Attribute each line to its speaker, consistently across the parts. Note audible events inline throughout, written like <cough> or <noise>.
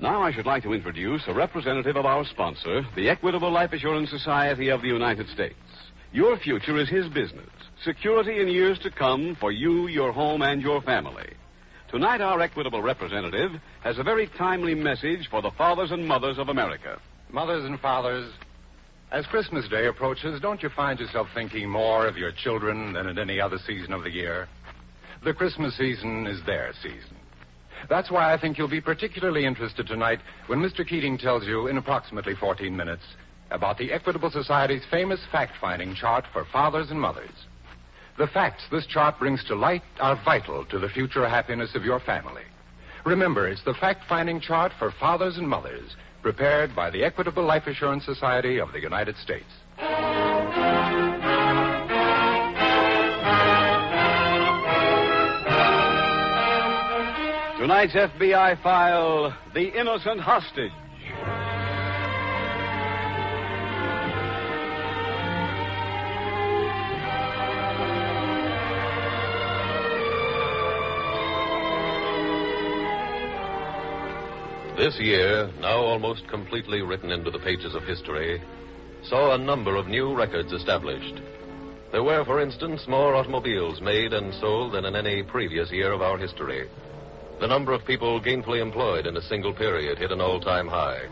Speaker 1: Now I should like to introduce a representative of our sponsor, the Equitable Life Assurance Society of the United States. Your future is his business. Security in years to come for you, your home, and your family. Tonight, our Equitable representative has a very timely message for the fathers and mothers of America.
Speaker 2: Mothers and fathers, as Christmas Day approaches, don't you find yourself thinking more of your children than at any other season of the year? The Christmas season is their season. That's why I think you'll be particularly interested tonight when Mr. Keating tells you, in approximately 14 minutes, about the Equitable Society's famous fact finding chart for fathers and mothers. The facts this chart brings to light are vital to the future happiness of your family. Remember, it's the fact finding chart for fathers and mothers, prepared by the Equitable Life Assurance Society of the United States.
Speaker 1: Tonight's FBI file The Innocent Hostage.
Speaker 3: This year, now almost completely written into the pages of history, saw a number of new records established. There were, for instance, more automobiles made and sold than in any previous year of our history. The number of people gainfully employed in a single period hit an all time high.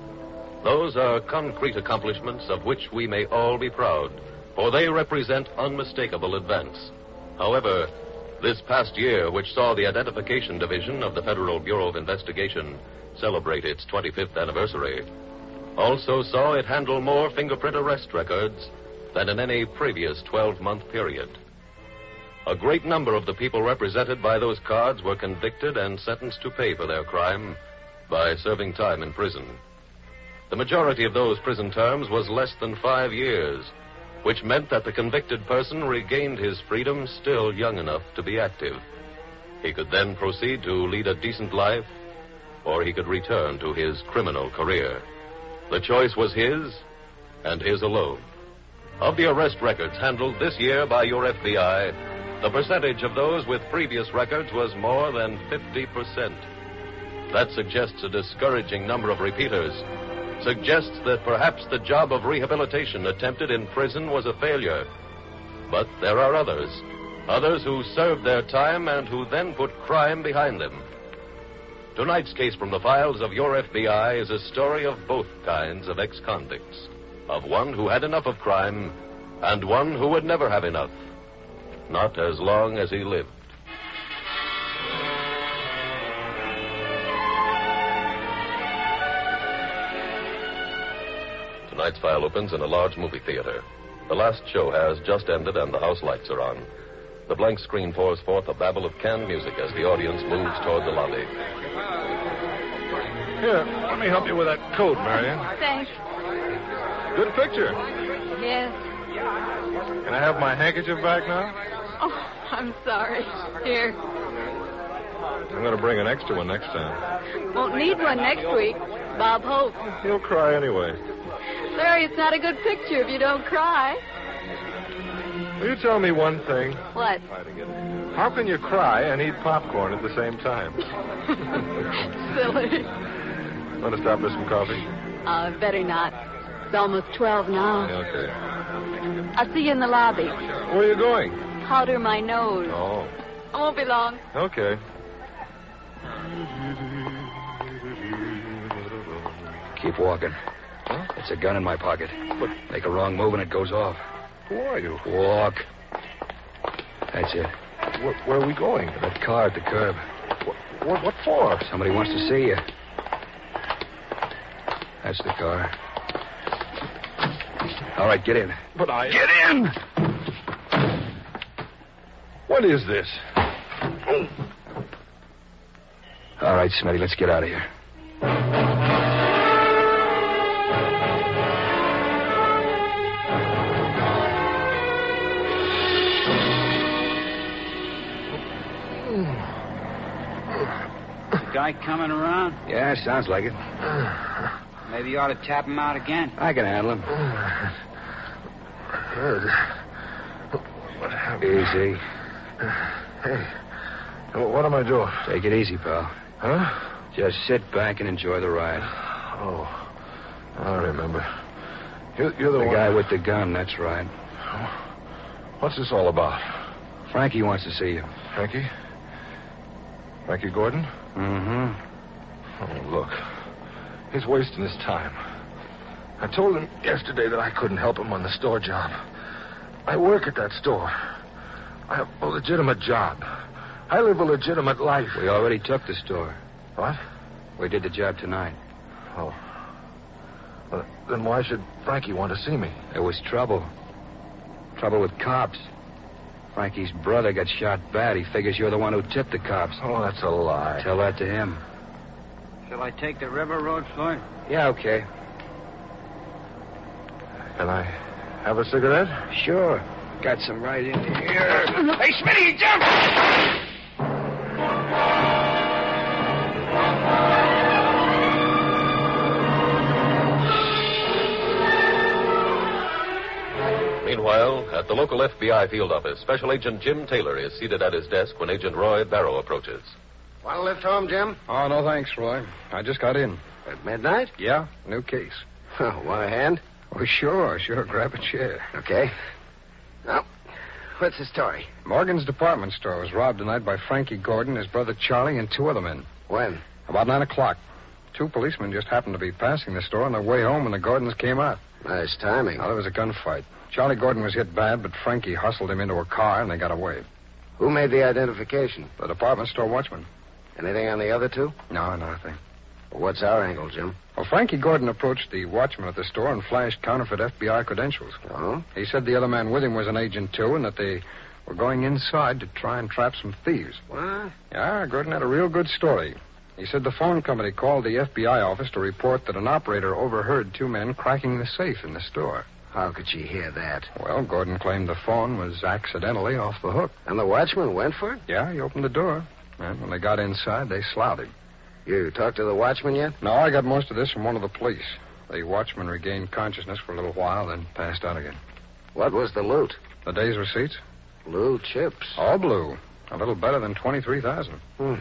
Speaker 3: Those are concrete accomplishments of which we may all be proud, for they represent unmistakable advance. However, this past year, which saw the Identification Division of the Federal Bureau of Investigation celebrate its 25th anniversary, also saw it handle more fingerprint arrest records than in any previous 12 month period. A great number of the people represented by those cards were convicted and sentenced to pay for their crime by serving time in prison. The majority of those prison terms was less than five years, which meant that the convicted person regained his freedom still young enough to be active. He could then proceed to lead a decent life, or he could return to his criminal career. The choice was his, and his alone. Of the arrest records handled this year by your FBI, the percentage of those with previous records was more than 50%. That suggests a discouraging number of repeaters, suggests that perhaps the job of rehabilitation attempted in prison was a failure. But there are others, others who served their time and who then put crime behind them. Tonight's case from the files of your FBI is a story of both kinds of ex convicts of one who had enough of crime and one who would never have enough, not as long as he lived. Tonight's file opens in a large movie theater. The last show has just ended and the house lights are on. The blank screen pours forth a babble of canned music as the audience moves toward the lobby.
Speaker 2: Here, let me help you with that coat, Marion.
Speaker 4: Thanks.
Speaker 2: Good picture.
Speaker 4: Yes.
Speaker 2: Can I have my handkerchief back now?
Speaker 4: Oh, I'm sorry. Here.
Speaker 2: I'm going to bring an extra one next time.
Speaker 4: Won't need one next week. Bob Hope.
Speaker 2: He'll cry anyway.
Speaker 4: Larry, it's not a good picture if you don't cry.
Speaker 2: Will you tell me one thing?
Speaker 4: What? <laughs>
Speaker 2: How can you cry and eat popcorn at the same time?
Speaker 4: Silly.
Speaker 2: Want to stop for some coffee?
Speaker 4: Uh, better not. It's almost 12 now.
Speaker 2: Okay.
Speaker 4: I'll see you in the lobby.
Speaker 2: Where are you going?
Speaker 4: Powder my nose.
Speaker 2: Oh,
Speaker 4: I won't be long.
Speaker 2: okay.
Speaker 5: Keep walking. It's a gun in my pocket. Make a wrong move and it goes off.
Speaker 2: Who are you?
Speaker 5: Walk. That's it.
Speaker 2: Where, where are we going? Oh.
Speaker 5: That car at the curb.
Speaker 2: What, what for?
Speaker 5: Somebody wants to see you. That's the car. All right, get in.
Speaker 2: But I.
Speaker 5: Get in!
Speaker 6: What is this?
Speaker 5: All right, Smitty, let's get out of here.
Speaker 7: Guy coming around?
Speaker 5: Yeah, sounds like it.
Speaker 7: Maybe you ought to tap him out again.
Speaker 5: I can handle him.
Speaker 6: What happened?
Speaker 5: Easy.
Speaker 6: Hey, what am I doing?
Speaker 5: Take it easy, pal.
Speaker 6: Huh?
Speaker 5: Just sit back and enjoy the ride.
Speaker 6: Oh, I remember. You're, you're the,
Speaker 5: The
Speaker 6: one.
Speaker 5: guy with the gun, that's right.
Speaker 6: What's this all about,
Speaker 5: Frankie wants to see you.
Speaker 6: Frankie? Frankie Gordon?
Speaker 5: Mm-hmm.
Speaker 6: Oh, look, he's wasting his time. I told him yesterday that I couldn't help him on the store job. I work at that store. I have a legitimate job. I live a legitimate life.
Speaker 5: We already took the store.
Speaker 6: What?
Speaker 5: We did the job tonight.
Speaker 6: Oh. Well, then why should Frankie want to see me?
Speaker 5: There was trouble. Trouble with cops. Frankie's brother got shot bad. He figures you're the one who tipped the cops.
Speaker 6: Oh, that's a lie.
Speaker 5: Tell that to him.
Speaker 7: Shall I take the river road, Floyd?
Speaker 5: Yeah, okay.
Speaker 6: Can I have a cigarette?
Speaker 5: Sure. Got some right in here. Hey, Smitty, jump!
Speaker 3: Meanwhile, at the local FBI field office, Special Agent Jim Taylor is seated at his desk when Agent Roy Barrow approaches.
Speaker 8: Want a lift home, Jim?
Speaker 5: Oh, no thanks, Roy. I just got in.
Speaker 8: At midnight?
Speaker 5: Yeah? New case.
Speaker 8: Oh, want a hand?
Speaker 5: Oh, sure, sure. Grab a chair.
Speaker 8: Okay. Now, what's the story?
Speaker 5: Morgan's department store was robbed tonight by Frankie Gordon, his brother Charlie, and two other men.
Speaker 8: When?
Speaker 5: About nine o'clock. Two policemen just happened to be passing the store on their way home when the Gordons came out.
Speaker 8: Nice timing.
Speaker 5: Now, there was a gunfight. Charlie Gordon was hit bad, but Frankie hustled him into a car and they got away.
Speaker 8: Who made the identification?
Speaker 5: The department store watchman?
Speaker 8: Anything on the other two?
Speaker 5: No, nothing.
Speaker 8: What's our angle, Jim?
Speaker 5: Well, Frankie Gordon approached the watchman at the store and flashed counterfeit FBI credentials.
Speaker 8: Oh?
Speaker 5: He said the other man with him was an agent, too, and that they were going inside to try and trap some thieves.
Speaker 8: What?
Speaker 5: Yeah, Gordon had a real good story. He said the phone company called the FBI office to report that an operator overheard two men cracking the safe in the store.
Speaker 8: How could she hear that?
Speaker 5: Well, Gordon claimed the phone was accidentally off the hook.
Speaker 8: And the watchman went for it?
Speaker 5: Yeah, he opened the door. And when they got inside, they sloughed him.
Speaker 8: You talked to the watchman yet?
Speaker 5: No, I got most of this from one of the police. The watchman regained consciousness for a little while, then passed out again.
Speaker 8: What was the loot?
Speaker 5: The day's receipts?
Speaker 8: Blue chips.
Speaker 5: All blue. A little better than 23000
Speaker 6: Hmm.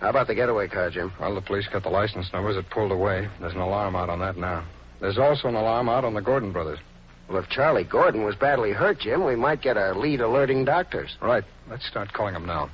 Speaker 8: How about the getaway car, Jim?
Speaker 5: Well, the police got the license numbers. It pulled away. There's an alarm out on that now. There's also an alarm out on the Gordon brothers.
Speaker 8: Well, if Charlie Gordon was badly hurt, Jim, we might get our lead alerting doctors.
Speaker 5: All right, let's start calling them now.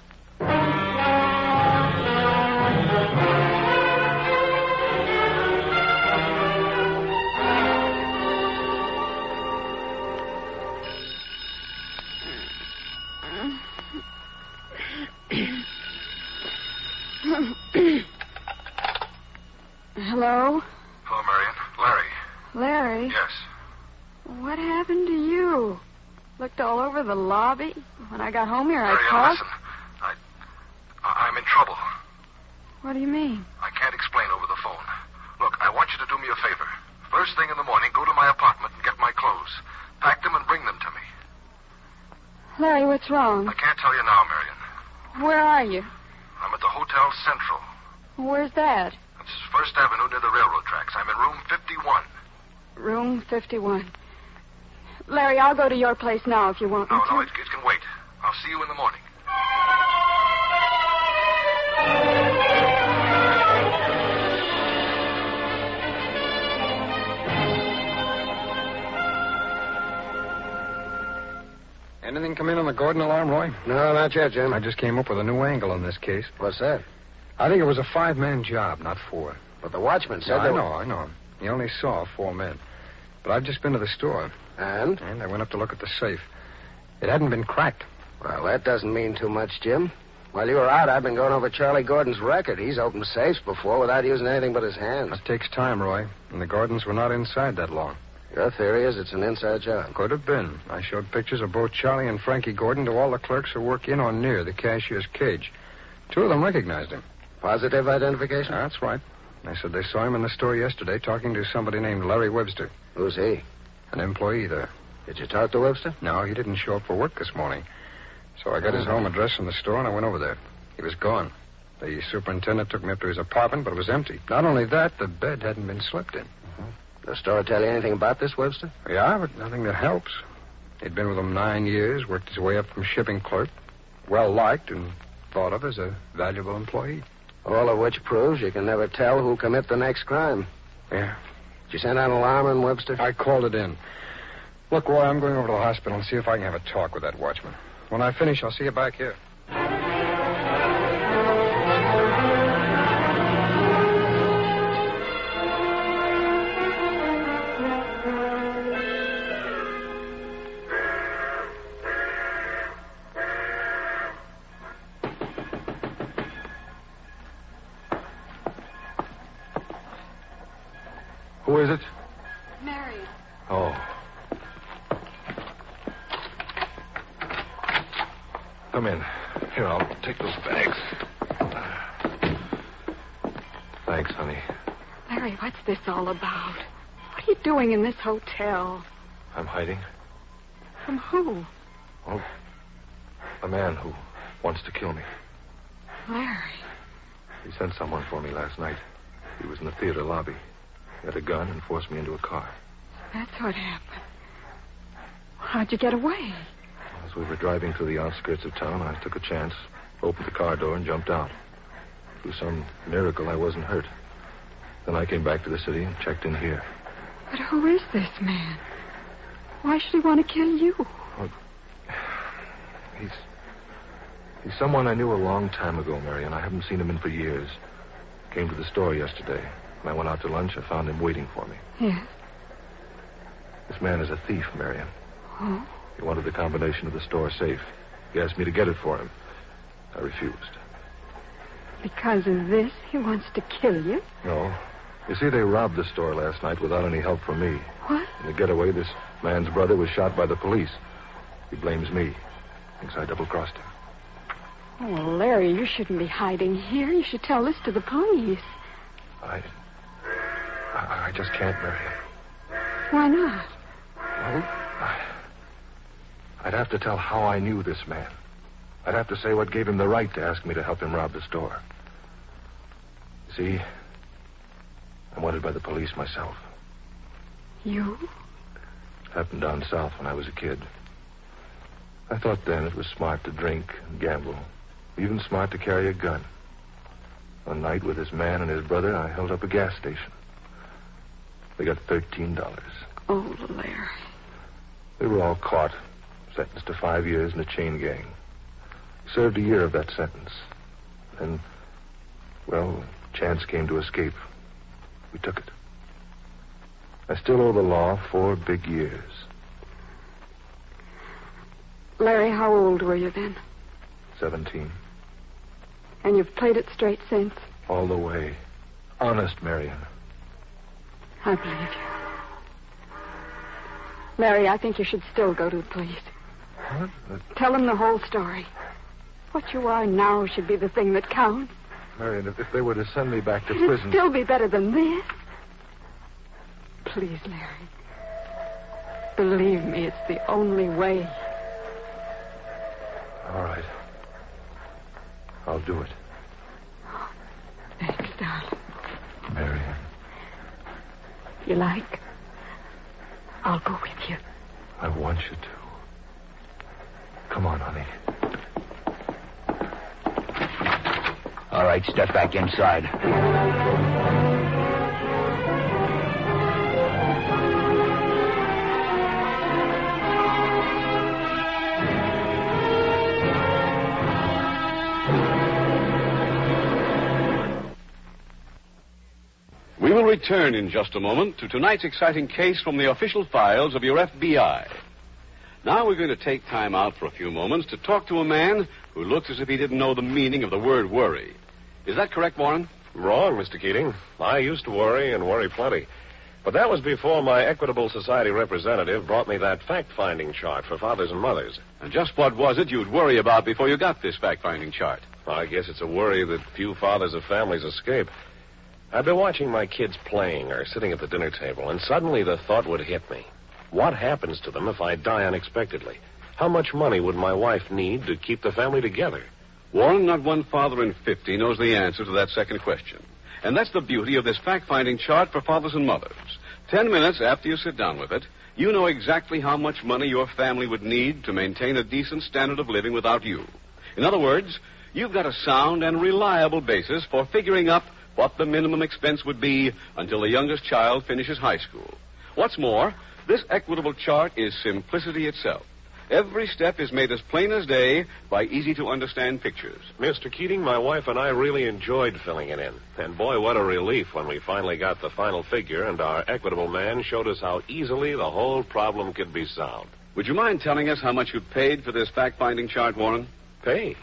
Speaker 4: Hello?
Speaker 6: Hello, Marion. Larry.
Speaker 4: Larry?
Speaker 6: Yes.
Speaker 4: What happened to you? Looked all over the lobby. When I got home here, I called.
Speaker 6: uh, I, I'm in trouble.
Speaker 4: What do you mean?
Speaker 6: I can't explain over the phone. Look, I want you to do me a favor. First thing in the morning, go to my apartment and get my clothes. Pack them and bring them to me.
Speaker 4: Larry, what's wrong?
Speaker 6: I can't tell you now, Marion.
Speaker 4: Where are you?
Speaker 6: I'm at the Hotel Central.
Speaker 4: Where's that?
Speaker 6: It's First Avenue near the railroad tracks. I'm in room 51.
Speaker 4: Room 51. Larry, I'll go to your place now if you want
Speaker 6: No,
Speaker 4: me to.
Speaker 6: no, it, it can wait. I'll see you in the morning.
Speaker 5: Anything come in on the Gordon alarm, Roy?
Speaker 8: No, not yet, Jim.
Speaker 5: I just came up with a new angle on this case.
Speaker 8: What's that?
Speaker 5: I think it was a five man job, not four.
Speaker 8: But the watchman said
Speaker 5: I
Speaker 8: there
Speaker 5: know,
Speaker 8: were-
Speaker 5: I know. He only saw four men. But I've just been to the store,
Speaker 8: And?
Speaker 5: and I went up to look at the safe. It hadn't been cracked.
Speaker 8: Well, that doesn't mean too much, Jim. While you were out, I've been going over Charlie Gordon's record. He's opened safes before without using anything but his hands.
Speaker 5: That takes time, Roy. And the Gordons were not inside that long.
Speaker 8: Your theory is it's an inside job.
Speaker 5: Could have been. I showed pictures of both Charlie and Frankie Gordon to all the clerks who work in or near the cashier's cage. Two of them recognized him.
Speaker 8: Positive identification?
Speaker 5: That's right. They said they saw him in the store yesterday talking to somebody named Larry Webster,
Speaker 8: Who's he?
Speaker 5: an employee there.
Speaker 8: Did you talk to Webster? Oh.
Speaker 5: No, he didn't show up for work this morning. So I got his home address from the store and I went over there. He was gone. The superintendent took me up to his apartment, but it was empty. Not only that, the bed hadn't been slept in.
Speaker 8: The store tell you anything about this Webster?
Speaker 5: Yeah, but nothing that helps. He'd been with them nine years, worked his way up from shipping clerk, well liked, and thought of as a valuable employee.
Speaker 8: All of which proves you can never tell who commit the next crime.
Speaker 5: Yeah.
Speaker 8: Did you send out an alarm on Webster?
Speaker 5: I called it in. Look, Roy, I'm going over to the hospital and see if I can have a talk with that watchman. When I finish, I'll see you back here.
Speaker 6: Who is it?
Speaker 4: Mary.
Speaker 6: Oh. Come in. Here, I'll take those bags. Thanks, honey.
Speaker 4: Larry, what's this all about? What are you doing in this hotel?
Speaker 6: I'm hiding.
Speaker 4: From who?
Speaker 6: Oh, a man who wants to kill me.
Speaker 4: Larry.
Speaker 6: He sent someone for me last night. He was in the theater lobby. He had a gun and forced me into a car.
Speaker 4: That's what happened. How'd you get away?
Speaker 6: As we were driving through the outskirts of town, I took a chance, opened the car door, and jumped out. Through some miracle, I wasn't hurt. Then I came back to the city and checked in here.
Speaker 4: But who is this man? Why should he want to kill you?
Speaker 6: He's. He's someone I knew a long time ago, Mary, and I haven't seen him in for years. Came to the store yesterday. When I went out to lunch, I found him waiting for me.
Speaker 4: Yes.
Speaker 6: This man is a thief, Marion.
Speaker 4: Oh.
Speaker 6: He wanted the combination of the store safe. He asked me to get it for him. I refused.
Speaker 4: Because of this, he wants to kill you?
Speaker 6: No. You see, they robbed the store last night without any help from me.
Speaker 4: What?
Speaker 6: In the getaway, this man's brother was shot by the police. He blames me. Thinks I double crossed him.
Speaker 4: Oh, Larry, you shouldn't be hiding here. You should tell this to the police.
Speaker 6: I. I, I just can't marry him.
Speaker 4: Why not?
Speaker 6: Well, I, I'd have to tell how I knew this man. I'd have to say what gave him the right to ask me to help him rob the store. See, I'm wanted by the police myself.
Speaker 4: You?
Speaker 6: Happened down south when I was a kid. I thought then it was smart to drink and gamble, even smart to carry a gun. One night with this man and his brother, I held up a gas station. They got thirteen dollars.
Speaker 4: Oh, Larry.
Speaker 6: They were all caught, sentenced to five years in a chain gang. Served a year of that sentence. Then, well, chance came to escape. We took it. I still owe the law four big years.
Speaker 4: Larry, how old were you then?
Speaker 6: Seventeen.
Speaker 4: And you've played it straight since?
Speaker 6: All the way. Honest, Marion.
Speaker 4: I believe you. Larry, I think you should still go to the police.
Speaker 6: What?
Speaker 4: Tell them the whole story. What you are now should be the thing that counts.
Speaker 6: Marion, if, if they were to send me back to
Speaker 4: It'd
Speaker 6: prison.
Speaker 4: still be better than this. Please, Larry. Believe me, it's the only way.
Speaker 6: All right. I'll do it.
Speaker 4: Thanks, darling.
Speaker 6: Marion.
Speaker 4: If you like, I'll go with you.
Speaker 6: I want you to. Come on, honey.
Speaker 7: All right, step back inside.
Speaker 1: We will return in just a moment to tonight's exciting case from the official files of your FBI. Now we're going to take time out for a few moments to talk to a man who looks as if he didn't know the meaning of the word worry. Is that correct, Warren?
Speaker 9: Wrong, Mr. Keating. I used to worry and worry plenty. But that was before my Equitable Society representative brought me that fact finding chart for fathers and mothers.
Speaker 1: And just what was it you'd worry about before you got this fact finding chart?
Speaker 9: I guess it's a worry that few fathers of families escape. I'd been watching my kids playing or sitting at the dinner table, and suddenly the thought would hit me. What happens to them if I die unexpectedly? How much money would my wife need to keep the family together?
Speaker 1: Warren, not one father in 50 knows the answer to that second question. And that's the beauty of this fact finding chart for fathers and mothers. Ten minutes after you sit down with it, you know exactly how much money your family would need to maintain a decent standard of living without you. In other words, you've got a sound and reliable basis for figuring up what the minimum expense would be until the youngest child finishes high school. What's more, this equitable chart is simplicity itself. Every step is made as plain as day by easy to understand pictures.
Speaker 9: Mr. Keating, my wife and I really enjoyed filling it in. And boy, what a relief when we finally got the final figure and our equitable man showed us how easily the whole problem could be solved.
Speaker 1: Would you mind telling us how much you paid for this fact finding chart, Warren?
Speaker 9: Pay?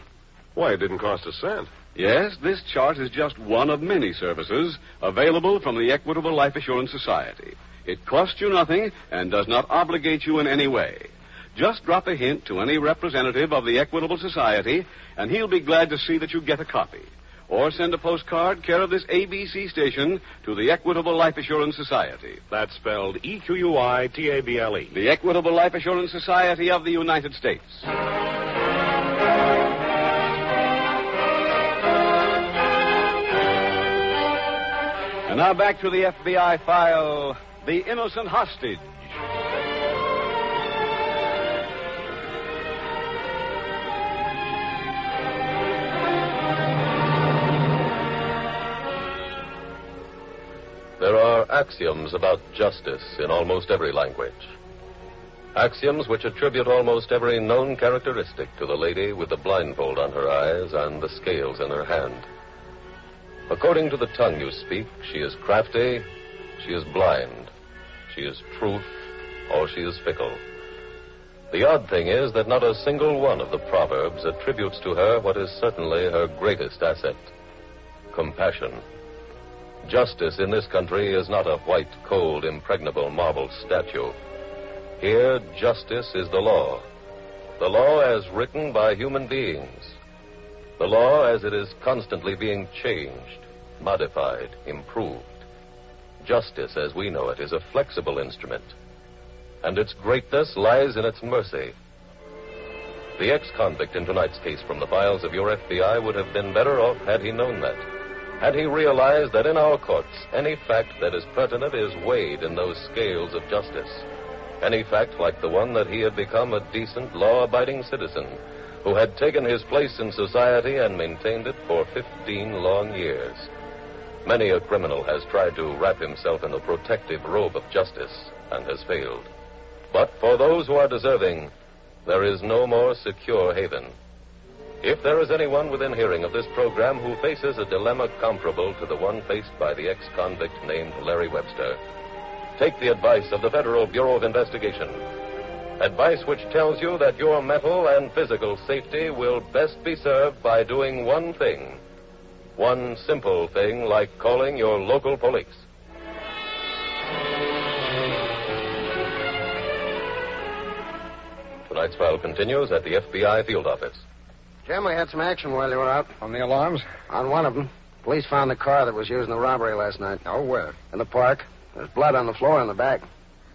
Speaker 9: Why, it didn't cost a cent.
Speaker 1: Yes, this chart is just one of many services available from the Equitable Life Assurance Society. It costs you nothing and does not obligate you in any way. Just drop a hint to any representative of the Equitable Society, and he'll be glad to see that you get a copy. Or send a postcard care of this ABC station to the Equitable Life Assurance Society.
Speaker 9: That's spelled E Q U I T A B L E.
Speaker 1: The Equitable Life Assurance Society of the United States. And now back to the FBI file The Innocent Hostage.
Speaker 3: There are axioms about justice in almost every language. Axioms which attribute almost every known characteristic to the lady with the blindfold on her eyes and the scales in her hand. According to the tongue you speak, she is crafty, she is blind, she is truth, or she is fickle. The odd thing is that not a single one of the proverbs attributes to her what is certainly her greatest asset compassion. Justice in this country is not a white, cold, impregnable marble statue. Here, justice is the law. The law as written by human beings. The law as it is constantly being changed, modified, improved. Justice as we know it is a flexible instrument. And its greatness lies in its mercy. The ex convict in tonight's case from the files of your FBI would have been better off had he known that had he realized that in our courts, any fact that is pertinent is weighed in those scales of justice. Any fact like the one that he had become a decent, law abiding citizen who had taken his place in society and maintained it for 15 long years. Many a criminal has tried to wrap himself in the protective robe of justice and has failed. But for those who are deserving, there is no more secure haven. If there is anyone within hearing of this program who faces a dilemma comparable to the one faced by the ex convict named Larry Webster, take the advice of the Federal Bureau of Investigation. Advice which tells you that your mental and physical safety will best be served by doing one thing. One simple thing like calling your local police. Tonight's file continues at the FBI field office.
Speaker 8: Jim, we had some action while you were out.
Speaker 5: On the alarms?
Speaker 8: On one of them, police found the car that was used in the robbery last night.
Speaker 5: Oh, where?
Speaker 8: In the park. There's blood on the floor in the back.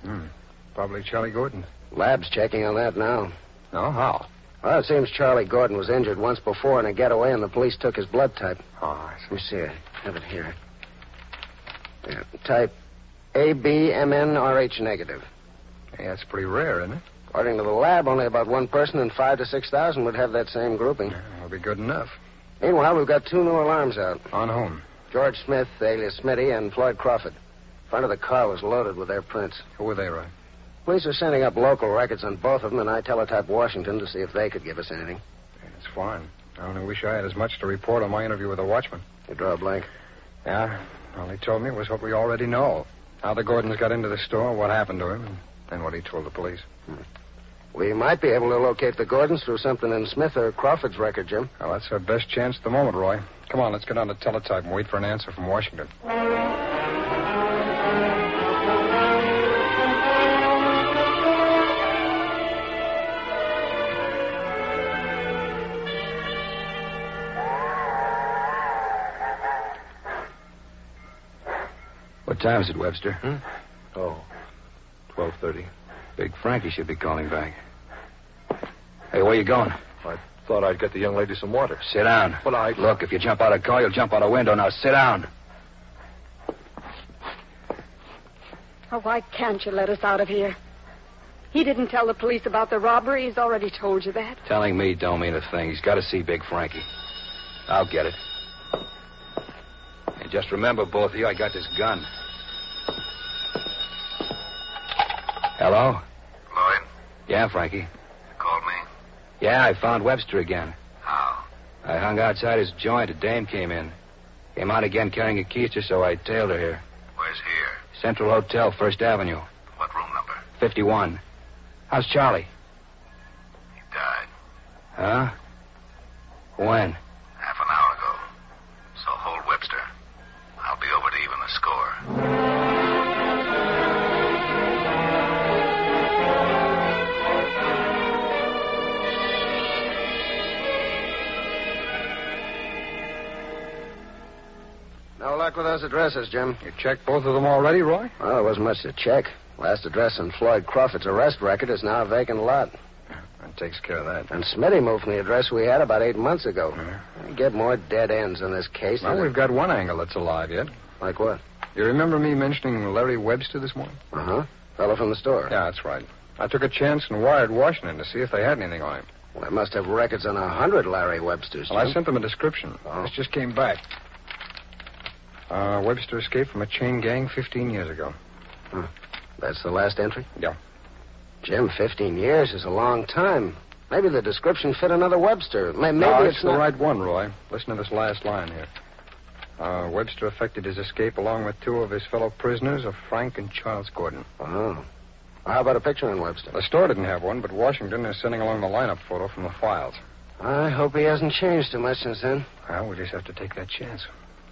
Speaker 5: Hmm. Probably Charlie Gordon.
Speaker 8: Lab's checking on that now.
Speaker 5: No, how?
Speaker 8: Well, it seems Charlie Gordon was injured once before in a getaway, and the police took his blood type.
Speaker 5: Oh, I
Speaker 8: Let me see it. Have it here. Yeah, type ABMNRH negative.
Speaker 5: Hey, that's pretty rare, isn't it?
Speaker 8: According to the lab, only about one person in five to six thousand would have that same grouping.
Speaker 5: Yeah, that'll be good enough.
Speaker 8: Meanwhile, we've got two new alarms out.
Speaker 5: On whom?
Speaker 8: George Smith, alias Smitty, and Floyd Crawford. Front of the car was loaded with their prints.
Speaker 5: Who were they, Roy?
Speaker 8: Police are sending up local records on both of them, and I teletyped Washington to see if they could give us anything.
Speaker 5: Yeah, it's fine. I only wish I had as much to report on my interview with the watchman.
Speaker 8: You draw a blank?
Speaker 5: Yeah. All he told me was what we already know. How the Gordons got into the store, what happened to him, and then what he told the police.
Speaker 8: We might be able to locate the Gordons through something in Smith or Crawford's record, Jim.
Speaker 5: Well, that's our best chance at the moment, Roy. Come on, let's get on to teletype and wait for an answer from Washington. What time is it, Webster?
Speaker 6: Oh, 12.30.
Speaker 5: Big Frankie should be calling back. Hey, where you going?
Speaker 6: Thought I'd get the young lady some water.
Speaker 5: Sit down.
Speaker 6: But I...
Speaker 5: Look, if you jump out of car, you'll jump out a window. Now sit down.
Speaker 4: Oh, why can't you let us out of here? He didn't tell the police about the robbery. He's already told you that.
Speaker 5: Telling me don't mean a thing. He's got to see Big Frankie. I'll get it. And just remember, both of you, I got this gun. Hello?
Speaker 10: Lloyd,
Speaker 5: Yeah, Frankie.
Speaker 10: you called me.
Speaker 5: Yeah, I found Webster again.
Speaker 10: How?
Speaker 5: I hung outside his joint. A dame came in. Came out again carrying a keister, so I tailed her here.
Speaker 10: Where's here?
Speaker 5: Central Hotel, First Avenue,
Speaker 10: What room number?
Speaker 5: 51. How's Charlie?
Speaker 10: He died
Speaker 5: Huh? When?
Speaker 10: half an hour ago. So hold Webster. I'll be over to even the score.
Speaker 8: No luck with those addresses, Jim.
Speaker 5: You checked both of them already, Roy?
Speaker 8: Well, there wasn't much to check. Last address in Floyd Crawford's arrest record is now a vacant lot.
Speaker 5: That takes care of that.
Speaker 8: And Smitty moved from the address we had about eight months ago. We get more dead ends in this case.
Speaker 5: Well,
Speaker 8: than
Speaker 5: we've got one angle that's alive yet.
Speaker 8: Like what?
Speaker 5: You remember me mentioning Larry Webster this morning?
Speaker 8: Uh huh. Fellow from the store.
Speaker 5: Yeah, that's right. I took a chance and wired Washington to see if they had anything on him.
Speaker 8: Well, they must have records on a hundred Larry Websters.
Speaker 5: Well, I
Speaker 8: Jim.
Speaker 5: sent them a description.
Speaker 8: Oh.
Speaker 5: This just came back. Uh, Webster escaped from a chain gang 15 years ago.
Speaker 8: Hmm. That's the last entry?
Speaker 5: Yeah.
Speaker 8: Jim, 15 years is a long time. Maybe the description fit another Webster. May- Maybe
Speaker 5: no,
Speaker 8: it's,
Speaker 5: it's
Speaker 8: not...
Speaker 5: the right one, Roy. Listen to this last line here. Uh, Webster effected his escape along with two of his fellow prisoners, of Frank and Charles Gordon.
Speaker 8: Oh. How about a picture on Webster?
Speaker 5: The store didn't have one, but Washington is sending along the lineup photo from the files.
Speaker 8: I hope he hasn't changed too much since then.
Speaker 5: Well, we just have to take that chance.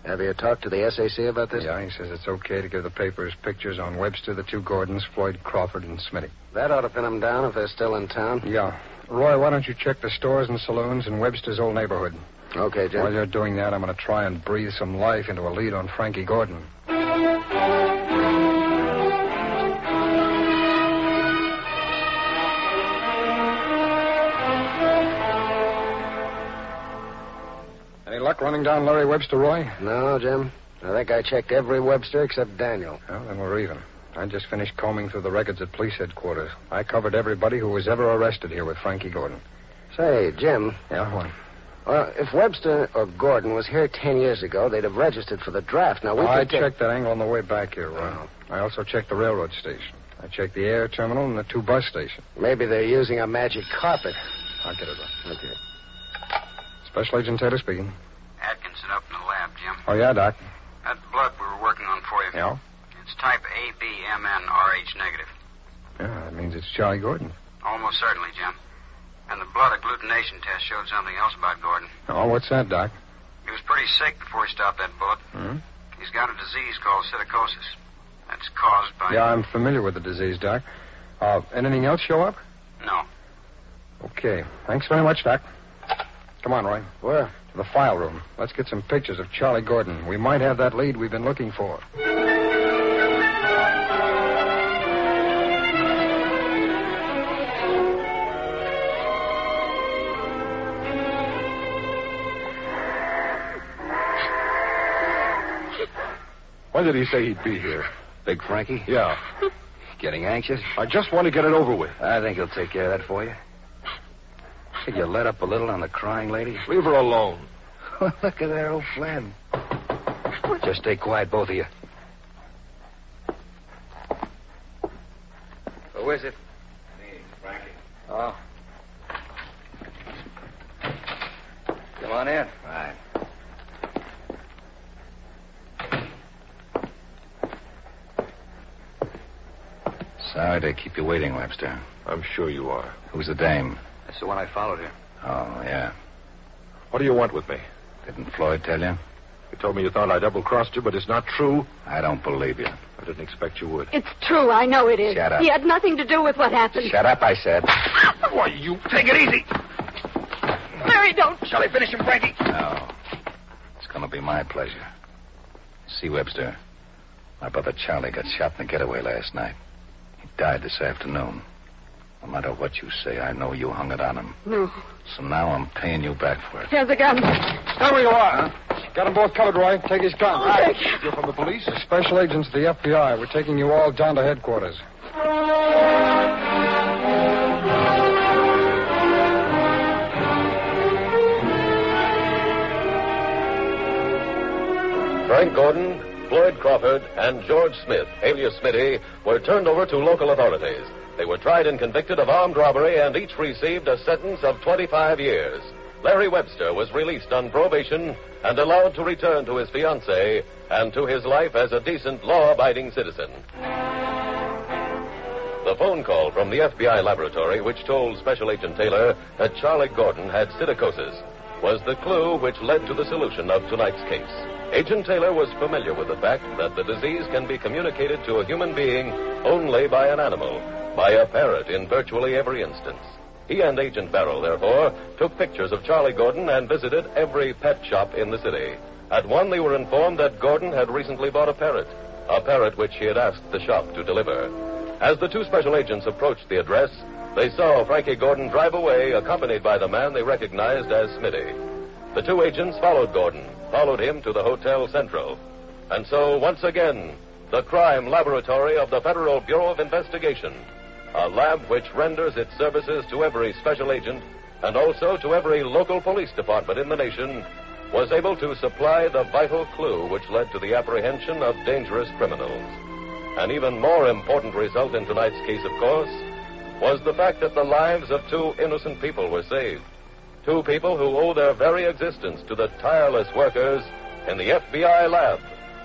Speaker 8: Have you talked to the SAC about this?
Speaker 5: Yeah, he says it's okay to give the papers pictures on Webster, the two Gordons, Floyd Crawford, and Smitty.
Speaker 8: That ought to pin him down if they're still in town.
Speaker 5: Yeah. Roy, why don't you check the stores and saloons in Webster's old neighborhood?
Speaker 8: Okay, Jim.
Speaker 5: While you're doing that, I'm going to try and breathe some life into a lead on Frankie Gordon. Any luck running down Larry Webster, Roy?
Speaker 8: No, Jim. I think I checked every Webster except Daniel.
Speaker 5: Well, then we're even. I just finished combing through the records at police headquarters. I covered everybody who was ever arrested here with Frankie Gordon.
Speaker 8: Say, Jim,
Speaker 5: Yeah, what?
Speaker 8: uh, if Webster or Gordon was here ten years ago, they'd have registered for the draft. Now, we
Speaker 5: I
Speaker 8: could get-
Speaker 5: checked that angle on the way back here, Roy.
Speaker 8: Oh.
Speaker 5: I also checked the railroad station. I checked the air terminal and the two bus stations.
Speaker 8: Maybe they're using a magic carpet.
Speaker 5: I'll get it, Roy.
Speaker 8: Okay.
Speaker 5: Special Agent Taylor speaking.
Speaker 10: Atkinson up in the lab, Jim.
Speaker 5: Oh, yeah, Doc.
Speaker 10: That blood we were working on for you.
Speaker 5: Yeah?
Speaker 10: It's type ABMN RH negative.
Speaker 5: Yeah, that means it's Charlie Gordon.
Speaker 10: Almost certainly, Jim. And the blood agglutination test showed something else about Gordon.
Speaker 5: Oh, what's that, Doc?
Speaker 10: He was pretty sick before he stopped that bullet.
Speaker 5: Hmm?
Speaker 10: He's got a disease called psittacosis. That's caused by.
Speaker 5: Yeah, I'm familiar with the disease, Doc. Uh, anything else show up?
Speaker 10: No.
Speaker 5: Okay. Thanks very much, Doc. Come on, Roy.
Speaker 8: Where?
Speaker 5: To the file room. Let's get some pictures of Charlie Gordon. We might have that lead we've been looking for.
Speaker 6: When did he say he'd be here?
Speaker 5: Big Frankie?
Speaker 6: Yeah.
Speaker 5: <laughs> Getting anxious?
Speaker 6: I just want to get it over with.
Speaker 5: I think he'll take care of that for you. Think you let up a little on the crying lady?
Speaker 6: Leave her alone.
Speaker 5: <laughs> Look at that old flan. Just stay quiet, both of you. Who is it? Me, Frankie. Oh. Come on in. Right.
Speaker 7: Sorry to keep you waiting, Webster.
Speaker 6: I'm sure you are.
Speaker 7: Who's the dame?
Speaker 5: That's the one I followed here.
Speaker 7: Oh, yeah.
Speaker 6: What do you want with me?
Speaker 7: Didn't Floyd tell you?
Speaker 6: You told me you thought I double crossed you, but it's not true.
Speaker 7: I don't believe you.
Speaker 6: I didn't expect you would.
Speaker 4: It's true. I know it is.
Speaker 7: Shut up.
Speaker 4: He had nothing to do with what happened.
Speaker 7: Shut up, I said.
Speaker 6: Why, you take it easy.
Speaker 4: Larry, don't.
Speaker 7: Shall I finish him, Frankie? No. It's going to be my pleasure. See, Webster,
Speaker 11: My brother Charlie got shot in the getaway last night. He died this afternoon. No matter what you say, I know you hung it on him.
Speaker 4: No.
Speaker 11: So now I'm paying you back for it.
Speaker 4: Here's a gun.
Speaker 5: There we are. Got them both covered, Roy. Take his gun.
Speaker 4: right.
Speaker 5: You're from the police? special agents of the FBI. We're taking you all down to headquarters.
Speaker 3: Frank Gordon, Floyd Crawford, and George Smith, alias Smitty, were turned over to local authorities. They were tried and convicted of armed robbery and each received a sentence of 25 years. Larry Webster was released on probation and allowed to return to his fiancee and to his life as a decent, law abiding citizen. The phone call from the FBI laboratory, which told Special Agent Taylor that Charlie Gordon had psittacosis, was the clue which led to the solution of tonight's case. Agent Taylor was familiar with the fact that the disease can be communicated to a human being only by an animal, by a parrot in virtually every instance. He and Agent Barrow, therefore, took pictures of Charlie Gordon and visited every pet shop in the city. At one, they were informed that Gordon had recently bought a parrot, a parrot which he had asked the shop to deliver. As the two special agents approached the address, they saw Frankie Gordon drive away, accompanied by the man they recognized as Smitty. The two agents followed Gordon, followed him to the Hotel Central. And so, once again, the crime laboratory of the Federal Bureau of Investigation, a lab which renders its services to every special agent and also to every local police department in the nation, was able to supply the vital clue which led to the apprehension of dangerous criminals. An even more important result in tonight's case, of course, was the fact that the lives of two innocent people were saved. Two people who owe their very existence to the tireless workers in the FBI lab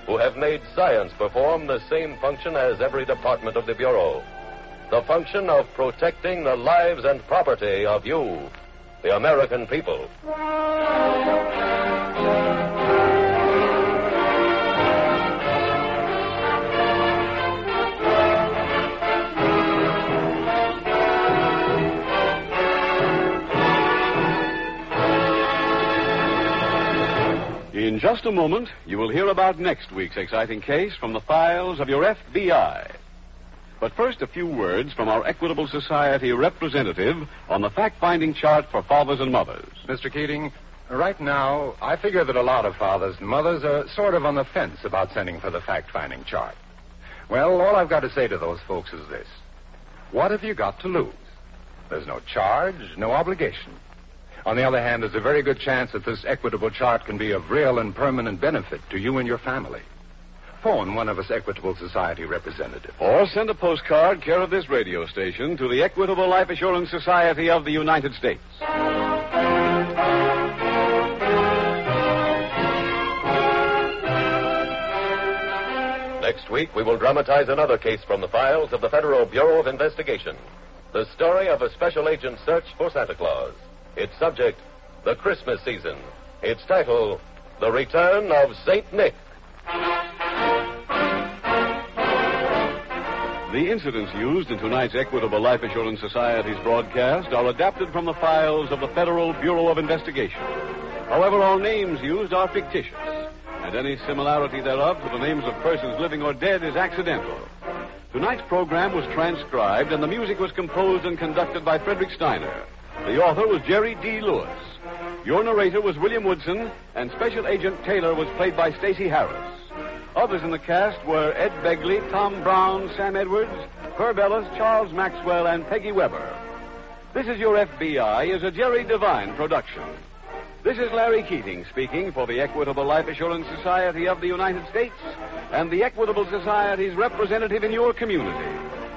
Speaker 3: who have made science perform the same function as every department of the Bureau the function of protecting the lives and property of you, the American people.
Speaker 1: In just a moment, you will hear about next week's exciting case from the files of your FBI. But first, a few words from our Equitable Society representative on the fact finding chart for fathers and mothers.
Speaker 2: Mr. Keating, right now, I figure that a lot of fathers and mothers are sort of on the fence about sending for the fact finding chart. Well, all I've got to say to those folks is this What have you got to lose? There's no charge, no obligation. On the other hand, there's a very good chance that this equitable chart can be of real and permanent benefit to you and your family. Phone one of us Equitable Society representatives.
Speaker 1: Or send a postcard care of this radio station to the Equitable Life Assurance Society of the United States.
Speaker 3: Next week, we will dramatize another case from the files of the Federal Bureau of Investigation the story of a special agent's search for Santa Claus. Its subject, the Christmas season. Its title, The Return of St. Nick.
Speaker 1: The incidents used in tonight's Equitable Life Assurance Society's broadcast are adapted from the files of the Federal Bureau of Investigation. However, all names used are fictitious, and any similarity thereof to the names of persons living or dead is accidental. Tonight's program was transcribed, and the music was composed and conducted by Frederick Steiner. The author was Jerry D. Lewis. Your narrator was William Woodson, and Special Agent Taylor was played by Stacey Harris. Others in the cast were Ed Begley, Tom Brown, Sam Edwards, Herb Ellis, Charles Maxwell, and Peggy Weber. This is Your FBI is a Jerry Devine production. This is Larry Keating speaking for the Equitable Life Assurance Society of the United States and the Equitable Society's representative in your community,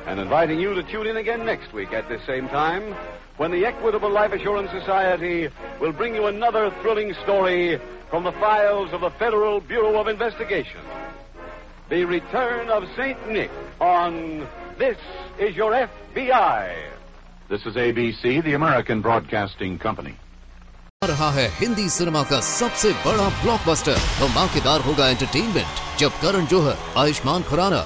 Speaker 1: and inviting you to tune in again next week at this same time when the Equitable Life Assurance Society will bring you another thrilling story from the files of the Federal Bureau of Investigation. The Return of St. Nick on This Is Your FBI.
Speaker 12: This is ABC, the American Broadcasting Company.
Speaker 13: आ रहा है Hindi cinema का सबसे बड़ा blockbuster धमाकेदार तो होगा entertainment जब करण जोहर आयुष्मान खुराना